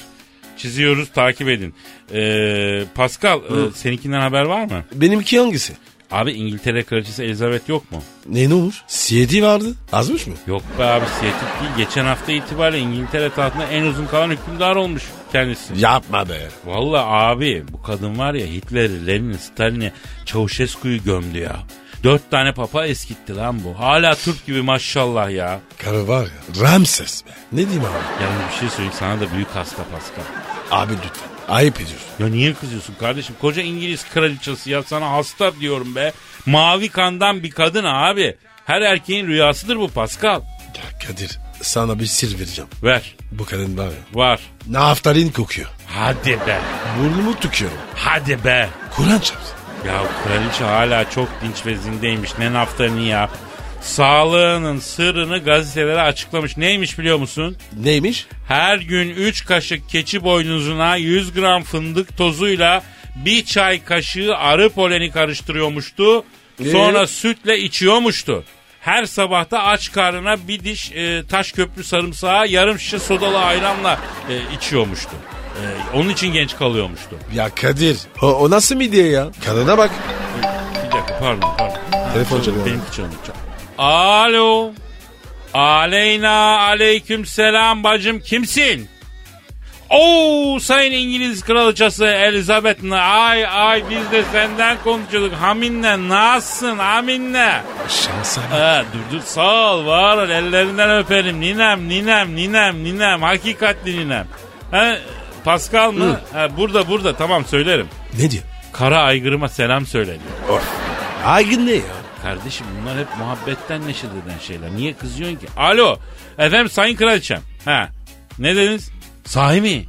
Speaker 2: Çiziyoruz takip edin. Ee, Pascal e, seninkinden haber var mı?
Speaker 3: Benimki hangisi?
Speaker 2: Abi İngiltere Kraliçesi Elizabeth yok mu?
Speaker 3: Ne ne olur? CD vardı. Azmış mı?
Speaker 2: Yok be abi Siyetik değil. Geçen hafta itibariyle İngiltere tahtında en uzun kalan hükümdar olmuş kendisi.
Speaker 3: Yapma be.
Speaker 2: Vallahi abi bu kadın var ya Hitler'i, Lenin'i, Stalin'i, Çavuşesku'yu gömdü ya. Dört tane papa eskitti lan bu. Hala Türk gibi maşallah ya.
Speaker 3: Karı var ya. Ramses be. Ne diyeyim abi?
Speaker 2: Yani bir şey söyleyeyim sana da büyük hasta Pascal.
Speaker 3: Abi lütfen. Ayıp ediyorsun.
Speaker 2: Ya niye kızıyorsun kardeşim? Koca İngiliz kraliçesi ya sana hasta diyorum be. Mavi kandan bir kadın abi. Her erkeğin rüyasıdır bu Pascal.
Speaker 3: Ya Kadir sana bir sır vereceğim.
Speaker 2: Ver.
Speaker 3: Bu kadın var ya.
Speaker 2: Var.
Speaker 3: Naftalin kokuyor.
Speaker 2: Hadi be.
Speaker 3: Burnumu tüküyorum.
Speaker 2: Hadi be.
Speaker 3: Kur'an çarpsın.
Speaker 2: Ya kraliçe hala çok dinç ve zindeymiş. Ne naftalini ya. Sağlığının sırrını gazetelere açıklamış. Neymiş biliyor musun?
Speaker 3: Neymiş?
Speaker 2: Her gün 3 kaşık keçi boynuzuna 100 gram fındık tozuyla bir çay kaşığı arı poleni karıştırıyormuştu. Sonra
Speaker 3: Ee?
Speaker 2: sütle içiyormuştu. Her sabah da aç karnına bir diş e, taş köprü sarımsağı yarım şişe sodalı ayranla e, içiyormuştu. E, onun için genç kalıyormuştu.
Speaker 3: Ya Kadir o, o nasıl midye ya? Kadına bak.
Speaker 2: Bir dakika pardon pardon.
Speaker 3: Telefon çalıyor.
Speaker 2: Benimki çalınacak. Alo. Aleyna aleyküm selam bacım kimsin? Oo sayın İngiliz kraliçası Elizabeth ay ay biz de senden konuşuyorduk. Haminle nasılsın Haminle?
Speaker 3: Şansa bak.
Speaker 2: Ha, dur dur sağ ol var ol ellerinden öperim ninem ninem ninem ninem hakikatli ninem. Ha, Pascal mı? Ha, burada burada tamam söylerim.
Speaker 3: Ne diyor?
Speaker 2: Kara aygırıma selam söyledi.
Speaker 3: Aygın ne ya?
Speaker 2: Kardeşim bunlar hep muhabbetten neşet eden şeyler. Niye kızıyorsun ki? Alo. Efendim sayın kraliçem. Ha. Ne dediniz? Sahi mi?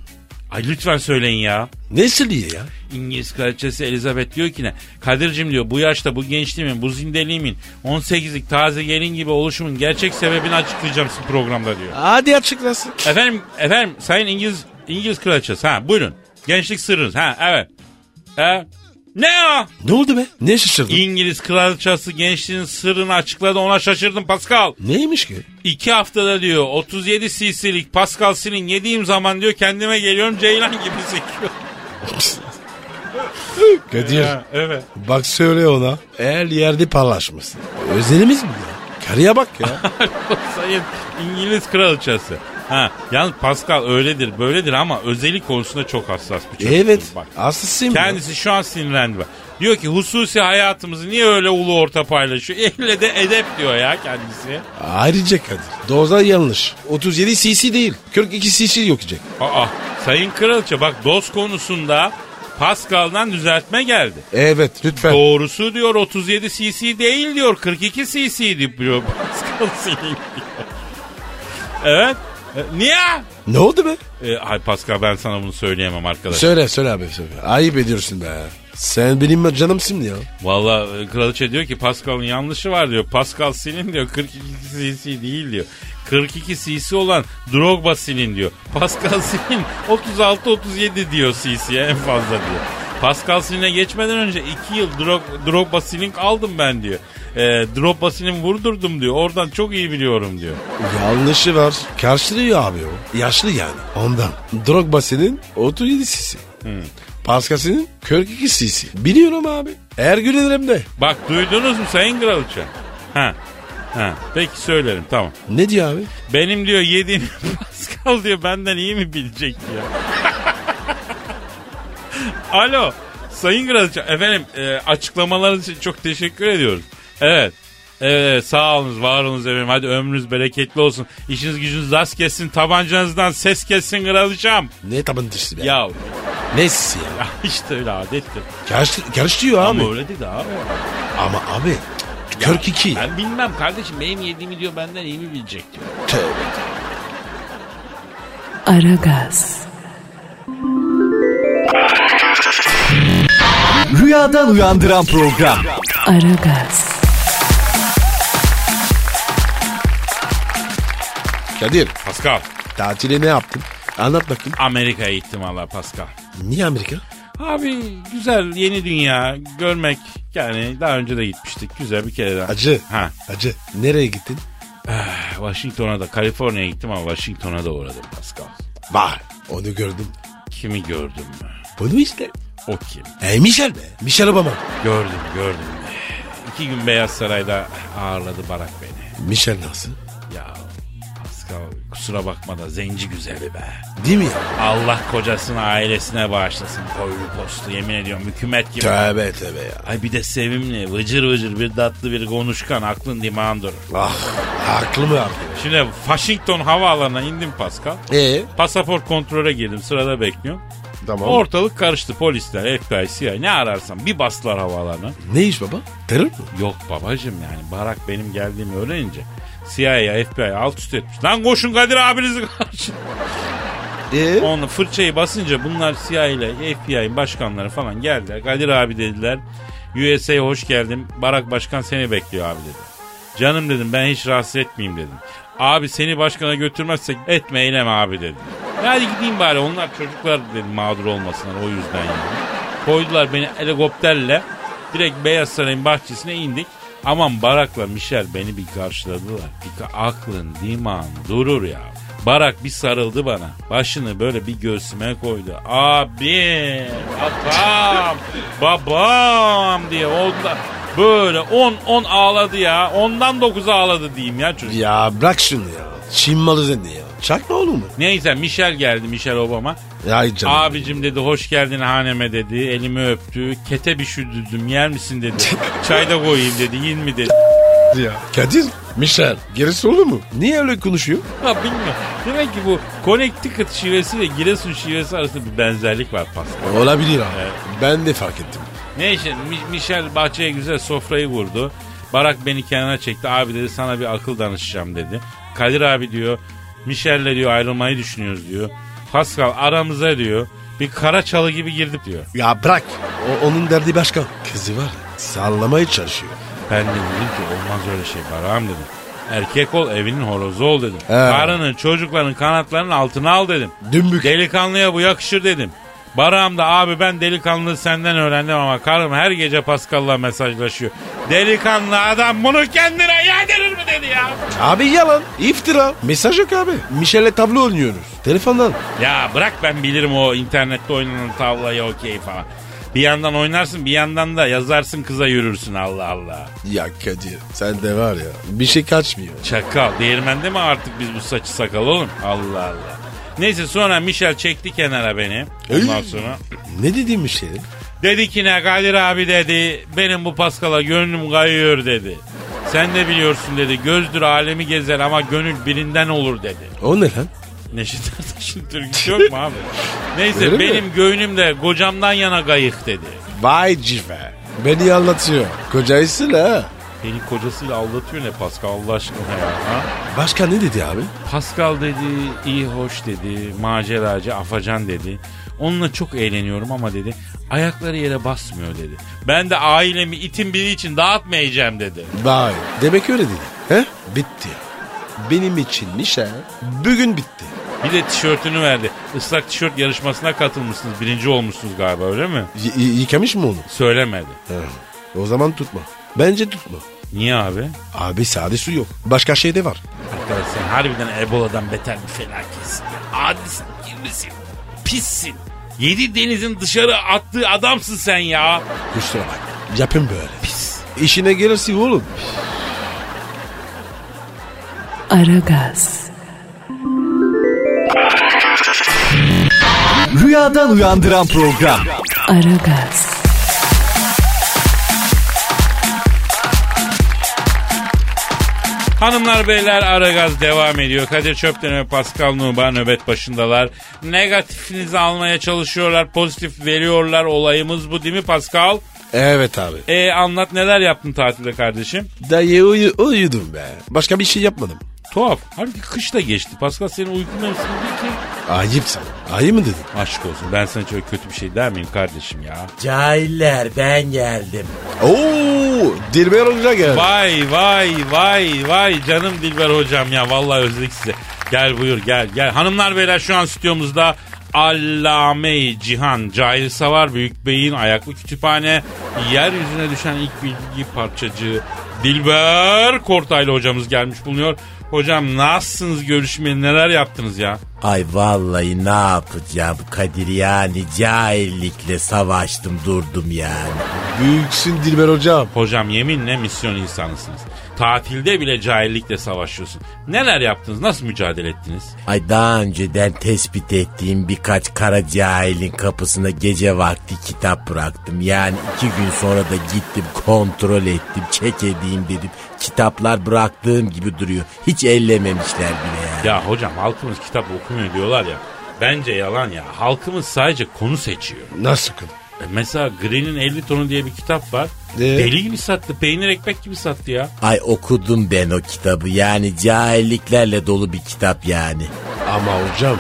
Speaker 2: Ay lütfen söyleyin ya.
Speaker 3: Ne siliyor ya?
Speaker 2: İngiliz kraliçesi Elizabeth diyor ki ne? Kadir'cim diyor bu yaşta bu gençliğimin, bu zindeliğimin, 18'lik taze gelin gibi oluşumun gerçek sebebini açıklayacağım sizin programda diyor.
Speaker 3: Hadi açıklasın.
Speaker 2: Efendim, efendim sayın İngiliz İngiliz kraliçesi ha buyurun. Gençlik sırrınız ha evet. Ha. Ne ya?
Speaker 3: Ne oldu be? Ne şaşırdın?
Speaker 2: İngiliz kraliçesi gençliğin sırrını açıkladı ona şaşırdım Pascal.
Speaker 3: Neymiş ki?
Speaker 2: İki haftada diyor 37 cc'lik Pascal Silin yediğim zaman diyor kendime geliyorum Ceylan gibi sekiyor.
Speaker 3: Kadir
Speaker 2: evet.
Speaker 3: bak söyle ona. Eğer yerde parlaşmasın. Özelimiz mi ya? Karıya bak ya.
Speaker 2: Sayın İngiliz kraliçası. Ha, yalnız Pascal öyledir böyledir ama özellik konusunda çok hassas bir çocuk.
Speaker 3: evet.
Speaker 2: Bak.
Speaker 3: Aslısıyım Kendisi...
Speaker 2: Kendisi şu an sinirlendi bak. Diyor ki hususi hayatımızı niye öyle ulu orta paylaşıyor? Elle de edep diyor ya kendisi.
Speaker 3: Ayrıca Kadir. Doza yanlış. 37 cc değil. 42 cc yok yiyecek.
Speaker 2: Aa, Sayın Kraliçe bak doz konusunda Pascal'dan düzeltme geldi.
Speaker 3: Evet lütfen.
Speaker 2: Doğrusu diyor 37 cc değil diyor 42 cc diyor Pascal Selin diyor. Evet. E, Niye?
Speaker 3: Ne oldu be?
Speaker 2: E, ay Pascal ben sana bunu söyleyemem arkadaş.
Speaker 3: Söyle söyle abi söyle. Ayıp ediyorsun be. Sen benim canımsın ya.
Speaker 2: Vallahi e, kraliçe diyor ki Pascal'ın yanlışı var diyor. Pascal Silin diyor 42 cc değil diyor. 42 cc olan Drogba Silin diyor. Pascal Silin 36-37 diyor cc'ye en fazla diyor. Pascal Silin'e geçmeden önce 2 yıl Drog, Drogba Silin aldım ben diyor. E, Drogba Silin vurdurdum diyor. Oradan çok iyi biliyorum diyor.
Speaker 3: Yanlışı var. Karşılıyor abi o. Yaşlı yani. Ondan. Drogba senin 37 cc.
Speaker 2: Hmm.
Speaker 3: Pascal senin 42 cc. Biliyorum abi. Her gün ederim de.
Speaker 2: Bak duydunuz mu Sayın Kraliçe? Ha. Ha. Peki söylerim tamam.
Speaker 3: Ne diyor abi?
Speaker 2: Benim diyor yediğim Pascal diyor benden iyi mi bilecek diyor. Alo. Sayın Kraliçe efendim e, açıklamalarınız için çok teşekkür ediyoruz. Evet. Evet sağ olunuz var olunuz efendim hadi ömrünüz bereketli olsun. İşiniz gücünüz rast kessin tabancanızdan ses kessin kraliçam.
Speaker 3: Ne tabandısı be?
Speaker 2: Ya,
Speaker 3: Ne sisi ya?
Speaker 2: ya işte öyle adettir.
Speaker 3: Karşı, karıştırıyor abi.
Speaker 2: Ama
Speaker 3: Ama,
Speaker 2: öyle dedi abi.
Speaker 3: abi. 42.
Speaker 2: Ben bilmem kardeşim benim yediğimi diyor benden iyi mi bilecek diyor.
Speaker 3: Tövbe.
Speaker 1: Aragaz,
Speaker 4: Rüyadan uyandıran program.
Speaker 1: Aragaz,
Speaker 3: Kadir
Speaker 2: Pascal
Speaker 3: tatili ne yaptın? Anlat bakayım.
Speaker 2: Amerika'ya gittim valla Pascal.
Speaker 3: Niye Amerika?
Speaker 2: Abi güzel yeni dünya görmek yani daha önce de gitmiştik güzel bir kere daha.
Speaker 3: Acı.
Speaker 2: Ha.
Speaker 3: Acı. Nereye gittin?
Speaker 2: Washington'a da Kaliforniya'ya gittim ama Washington'a da uğradım Pascal.
Speaker 3: Var. Onu gördüm.
Speaker 2: Kimi gördüm mü?
Speaker 3: Bunu işte.
Speaker 2: O kim?
Speaker 3: E Michel be. Michel Obama.
Speaker 2: Gördüm gördüm. İki gün Beyaz Saray'da ağırladı Barak beni.
Speaker 3: Michel nasıl?
Speaker 2: Ya Pascal kusura bakma da zenci güzeli be.
Speaker 3: Değil mi ya?
Speaker 2: Allah kocasını ailesine bağışlasın koyulu postu yemin ediyorum hükümet gibi.
Speaker 3: Tövbe tövbe ya.
Speaker 2: Ay bir de sevimli vıcır vıcır bir tatlı bir konuşkan aklın dimağın durur.
Speaker 3: Ah aklımı aldı.
Speaker 2: Şimdi Washington havaalanına indim Pascal.
Speaker 3: Ee?
Speaker 2: Pasaport kontrole girdim sırada bekliyorum.
Speaker 3: Tamam.
Speaker 2: Ortalık karıştı polisler, FBI, CIA ne ararsan bir bastılar havaalanına.
Speaker 3: Ne iş baba? Terör mü?
Speaker 2: Yok babacım yani Barak benim geldiğimi öğrenince CIA, FBI alt üst etmiş. Lan koşun Kadir abinizi karşı.
Speaker 3: Ee?
Speaker 2: Onu fırçayı basınca bunlar CIA ile FBI'nin başkanları falan geldiler. Kadir abi dediler. USA'ya hoş geldin. Barak Başkan seni bekliyor abi dedi. Canım dedim ben hiç rahatsız etmeyeyim dedim. Abi seni başkana götürmezsek etme eyleme abi dedi. Hadi gideyim bari onlar çocuklar dedim mağdur olmasınlar o yüzden yani. Koydular beni helikopterle direkt Beyaz Saray'ın bahçesine indik. Aman Barak'la Michel beni bir karşıladılar. Bir ka- aklın diman durur ya. Barak bir sarıldı bana. Başını böyle bir göğsüme koydu. Abi, atam, babam diye oldu. Böyle 10-10 ağladı ya. Ondan 9 ağladı diyeyim ya çocuk.
Speaker 3: Ya bırak şunu ya. Çin malı seni ya. Çakma oğlum mu?
Speaker 2: Neyse Michel geldi Michel Obama.
Speaker 3: Ya canım.
Speaker 2: Abicim dedi hoş geldin haneme dedi. Elimi öptü. Kete bir şüdüdüm yer misin dedi. Çayda koyayım dedi. Yiyin mi dedi.
Speaker 3: ya. Kadir. Michel. Gerisi olur mu? Niye öyle konuşuyor?
Speaker 2: Ha bilmiyorum. Demek ki bu Connecticut şivesi ve Giresun şivesi arasında bir benzerlik var Pascal.
Speaker 3: Olabilir abi. Ben de fark ettim.
Speaker 2: Neyse Mi- Michel bahçeye güzel sofrayı vurdu. Barak beni kenara çekti. Abi dedi sana bir akıl danışacağım dedi. Kadir abi diyor Michel'le diyor ayrılmayı düşünüyoruz diyor. Pascal aramıza diyor bir kara çalı gibi girdik diyor.
Speaker 3: Ya bırak. O, onun derdi başka. Kızı var. ya, Sallamaya çalışıyor.
Speaker 2: Ben de dedim ki olmaz öyle şey Barak'ım dedim. Erkek ol evinin horozu ol dedim. Karının çocukların kanatlarının altına al dedim.
Speaker 3: Dümbük. E,
Speaker 2: Delikanlıya bu yakışır dedim. Baram da abi ben delikanlılığı senden öğrendim ama karım her gece Pascal'la mesajlaşıyor. Delikanlı adam bunu kendine yedirir mi dedi ya.
Speaker 3: Abi yalan. iftira. Mesaj yok abi. Michel'le tablo oynuyoruz. Telefondan.
Speaker 2: Ya bırak ben bilirim o internette oynanan tavlayı okey falan. Bir yandan oynarsın bir yandan da yazarsın kıza yürürsün Allah Allah.
Speaker 3: Ya Kadir sen de var ya bir şey kaçmıyor.
Speaker 2: Çakal değirmende mi artık biz bu saçı sakal oğlum? Allah Allah. Neyse sonra Michel çekti kenara beni. Ondan
Speaker 3: Ey.
Speaker 2: sonra
Speaker 3: Ne dediğim bir şey?
Speaker 2: Dedi ki ne Kadir abi dedi benim bu Paskal'a gönlüm kayıyor dedi. Sen de biliyorsun dedi gözdür alemi gezer ama gönül birinden olur dedi.
Speaker 3: O ne lan?
Speaker 2: Neşet Ertaş'ın türküsü yok mu abi? Neyse
Speaker 3: Öyle mi?
Speaker 2: benim gönlümde kocamdan yana gayık dedi.
Speaker 3: Vay cife. Beni anlatıyor. Kocayısın ha.
Speaker 2: Beni kocasıyla aldatıyor ne Pascal Allah aşkına ya. Ha?
Speaker 3: Başka ne dedi abi?
Speaker 2: Pascal dedi iyi hoş dedi maceracı afacan dedi. Onunla çok eğleniyorum ama dedi ayakları yere basmıyor dedi. Ben de ailemi itin biri için dağıtmayacağım dedi.
Speaker 3: Vay. Demek öyle dedi. He? Bitti. Benim için Michel bugün bitti.
Speaker 2: Bir de tişörtünü verdi. Islak tişört yarışmasına katılmışsınız. Birinci olmuşsunuz galiba öyle mi?
Speaker 3: Y- y- yıkamış mı onu?
Speaker 2: Söylemedi.
Speaker 3: He. O zaman tutma. Bence tutma.
Speaker 2: Niye abi?
Speaker 3: Abi sade su yok. Başka şey de var.
Speaker 2: Arkadaş sen harbiden Ebola'dan beter bir felaketsin. Adisin, kirlisin, pissin. Yedi denizin dışarı attığı adamsın sen ya.
Speaker 3: Kusura bak. Yapın böyle.
Speaker 2: Pis.
Speaker 3: İşine gelirsin oğlum.
Speaker 1: Aragaz,
Speaker 4: Rüyadan uyandıran program.
Speaker 1: Aragaz,
Speaker 2: Hanımlar beyler Aragaz devam ediyor. Kadir Çöpten ve Pascal Nuba nöbet başındalar. Negatifinizi almaya çalışıyorlar. Pozitif veriyorlar. Olayımız bu değil mi Pascal?
Speaker 3: Evet abi.
Speaker 2: E anlat neler yaptın tatilde kardeşim?
Speaker 3: Dayı uyu- uyudum be. Başka bir şey yapmadım.
Speaker 2: Tuhaf. Halbuki kış da geçti. Pascal senin uykun mevsimi değil ki.
Speaker 3: Ayıp sana. Ayıp mı dedin?
Speaker 2: Aşk olsun. Ben sana çok kötü bir şey der miyim kardeşim ya?
Speaker 5: Cahiller ben geldim.
Speaker 3: Oo, Dilber Hoca geldi.
Speaker 2: Vay vay vay vay canım Dilber hocam ya. Vallahi özledik size. Gel buyur gel gel. Hanımlar beyler şu an stüdyomuzda Allame Cihan, Cahil Savar, Büyük Bey'in ayaklı kütüphane, yeryüzüne düşen ilk bilgi parçacı Dilber Kortaylı hocamız gelmiş bulunuyor. Hocam nasılsınız görüşmeli neler yaptınız ya?
Speaker 5: Ay vallahi ne yapacağım Kadir yani cahillikle savaştım durdum yani.
Speaker 3: Büyüksün Dilber Hocam.
Speaker 2: Hocam yeminle misyon insanısınız. Tatilde bile cahillikle savaşıyorsun. Neler yaptınız? Nasıl mücadele ettiniz?
Speaker 5: Ay daha önceden tespit ettiğim birkaç kara cahilin kapısına gece vakti kitap bıraktım. Yani iki gün sonra da gittim kontrol ettim çek edeyim dedim. Kitaplar bıraktığım gibi duruyor. Hiç ellememişler bile yani.
Speaker 2: Ya hocam halkımız kitap okumuyor diyorlar ya. Bence yalan ya. Halkımız sadece konu seçiyor.
Speaker 3: Nasıl kız?
Speaker 2: E Mesela Green'in 50 tonu diye bir kitap var.
Speaker 3: Ee?
Speaker 2: Deli gibi sattı. Peynir ekmek gibi sattı ya.
Speaker 5: Ay okudum ben o kitabı yani cahilliklerle dolu bir kitap yani.
Speaker 3: Ama hocam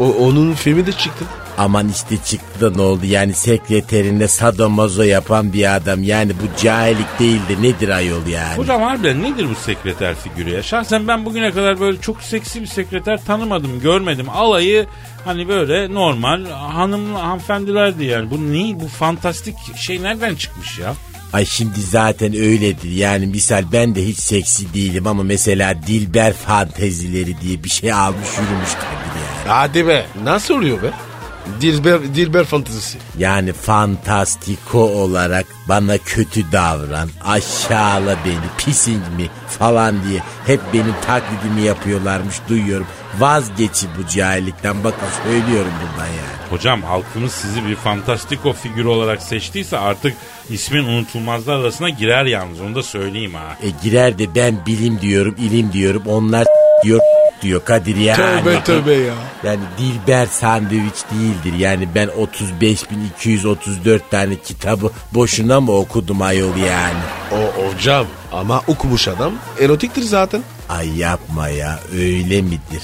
Speaker 3: o, o- onun filmi de çıktı.
Speaker 5: Aman işte çıktı da ne oldu yani sekreterinde sadomazo yapan bir adam yani bu cahillik değil de nedir ayol yani.
Speaker 2: Hocam harbiden nedir bu sekreter figürü ya? Şahsen ben bugüne kadar böyle çok seksi bir sekreter tanımadım, görmedim. Alayı hani böyle normal hanım hanımefendilerdi yani. Bu ne? Bu fantastik şey nereden çıkmış ya?
Speaker 5: Ay şimdi zaten öyledir yani misal ben de hiç seksi değilim ama mesela Dilber fantezileri diye bir şey almış yürümüş Kadir yani.
Speaker 3: Hadi be. Nasıl oluyor be? Dilber, Dilber fantezisi.
Speaker 5: Yani fantastiko olarak bana kötü davran, aşağıla beni, pising mi falan diye hep benim taklidimi yapıyorlarmış duyuyorum. Vazgeçin bu cahillikten bakın söylüyorum buradan yani.
Speaker 2: Hocam halkımız sizi bir fantastiko figürü olarak seçtiyse artık ismin unutulmazlar arasına girer yalnız onu da söyleyeyim ha.
Speaker 5: E girer de ben bilim diyorum, ilim diyorum, onlar diyor diyor Kadir yani.
Speaker 3: Tövbe tövbe ya.
Speaker 5: Yani Dilber sandviç değildir. Yani ben 35.234 tane kitabı boşuna mı okudum ayol yani?
Speaker 3: O hocam ama okumuş adam erotiktir zaten.
Speaker 5: Ay yapma ya öyle midir?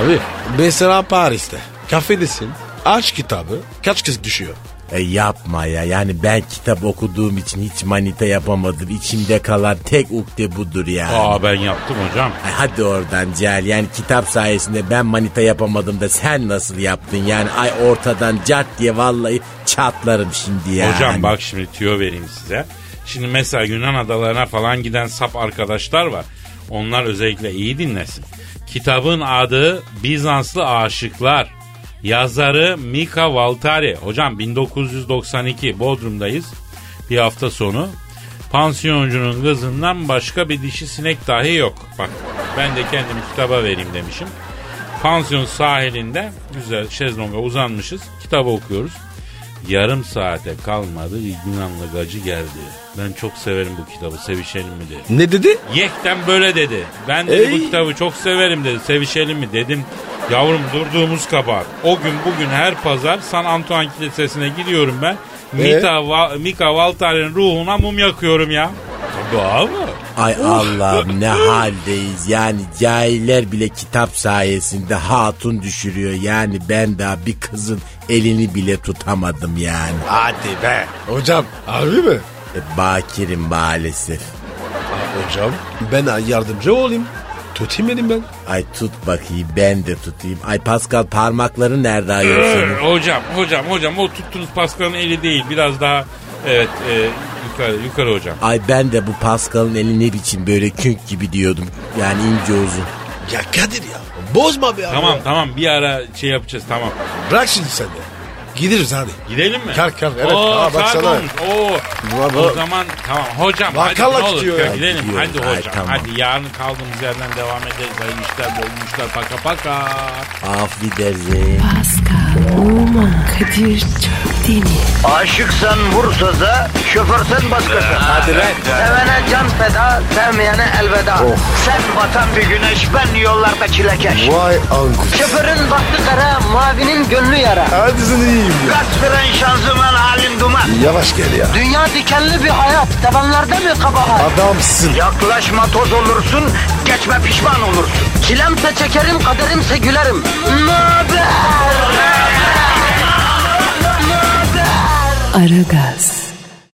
Speaker 3: Abi mesela Paris'te kafedesin aç kitabı kaç kız düşüyor?
Speaker 5: E yapma ya yani ben kitap okuduğum için hiç manita yapamadım. İçimde kalan tek ukde budur yani.
Speaker 2: Aa ben yaptım hocam.
Speaker 5: Ay hadi oradan Cel yani kitap sayesinde ben manita yapamadım da sen nasıl yaptın yani ay ortadan cart diye vallahi çatlarım şimdi yani.
Speaker 2: Hocam bak şimdi tüyo vereyim size. Şimdi mesela Yunan adalarına falan giden sap arkadaşlar var. Onlar özellikle iyi dinlesin. Kitabın adı Bizanslı Aşıklar. Yazarı Mika Valtari. Hocam 1992 Bodrum'dayız. Bir hafta sonu. Pansiyoncunun kızından başka bir dişi sinek dahi yok. Bak ben de kendimi kitaba vereyim demişim. Pansiyon sahilinde güzel şezlonga uzanmışız. Kitabı okuyoruz. Yarım saate kalmadı bir Yunanlı gacı geldi. Ben çok severim bu kitabı sevişelim mi dedi.
Speaker 3: Ne dedi?
Speaker 2: Yekten böyle dedi. Ben dedi bu
Speaker 3: Ey!
Speaker 2: kitabı çok severim dedi sevişelim mi dedim. Yavrum durduğumuz kabahat. O gün bugün her pazar San Antoine Kilisesi'ne gidiyorum ben. Mita, Va- Mika Valtari'nin ruhuna mum yakıyorum ya. Tabii abi.
Speaker 5: Ay Allah'ım ne haldeyiz yani cahiller bile kitap sayesinde hatun düşürüyor yani ben daha bir kızın elini bile tutamadım yani.
Speaker 3: Hadi be. Hocam harbi mi?
Speaker 5: E, bakirim maalesef.
Speaker 3: Hocam ben yardımcı olayım. Tutayım elim ben.
Speaker 5: Ay tut bakayım ben de tutayım. Ay Pascal parmakları nerede ayol senin?
Speaker 2: Ee, Hocam hocam hocam o tuttuğunuz paskanın eli değil biraz daha evet e, yukarı yukarı hocam.
Speaker 5: Ay ben de bu Pascal'ın eli ne biçim böyle künk gibi diyordum. Yani ince uzun.
Speaker 3: Ya Kadir ya bozma be abi.
Speaker 2: Tamam
Speaker 3: ya.
Speaker 2: tamam bir ara şey yapacağız tamam.
Speaker 3: Bırak şimdi sen de. Gideriz hadi.
Speaker 2: Gidelim mi?
Speaker 3: Kalk, kalk, evet.
Speaker 2: Oo,
Speaker 3: Aa, baksana.
Speaker 2: saat olmuş. Oo.
Speaker 3: Buna
Speaker 2: O
Speaker 3: bak.
Speaker 2: zaman tamam hocam
Speaker 3: Vakala
Speaker 2: hadi ne olur
Speaker 3: gidiyor
Speaker 2: ya,
Speaker 3: ya.
Speaker 2: gidelim
Speaker 5: Gidiyor.
Speaker 2: hadi
Speaker 5: Ay,
Speaker 2: hocam
Speaker 5: tamam.
Speaker 2: hadi yarın kaldığımız yerden devam ederiz. Hayırlı işler bol işler paka paka.
Speaker 5: Affiderzeyn.
Speaker 1: Pascal, Oman, Kadir çok değil mi?
Speaker 6: Aşıksan vursa da, şoförsen başkasın. Ee, Hadi be. Oh. Sevene can feda, sevmeyene elveda. Sen batan bir güneş, ben yollarda çilekeş.
Speaker 3: Vay anku.
Speaker 6: Şoförün baktı kara, mavinin gönlü yara.
Speaker 3: Hadi sen iyiyim ya.
Speaker 6: Kasperen şanzıman halin duman.
Speaker 3: Yavaş gel ya.
Speaker 6: Dünya dikenli bir hayat, sevenlerde mi kabahar?
Speaker 3: Adamsın.
Speaker 6: Yaklaşma toz olursun, geçme pişman olursun. Çilemse çekerim, kaderimse gülerim. Möber!
Speaker 1: Aragaz.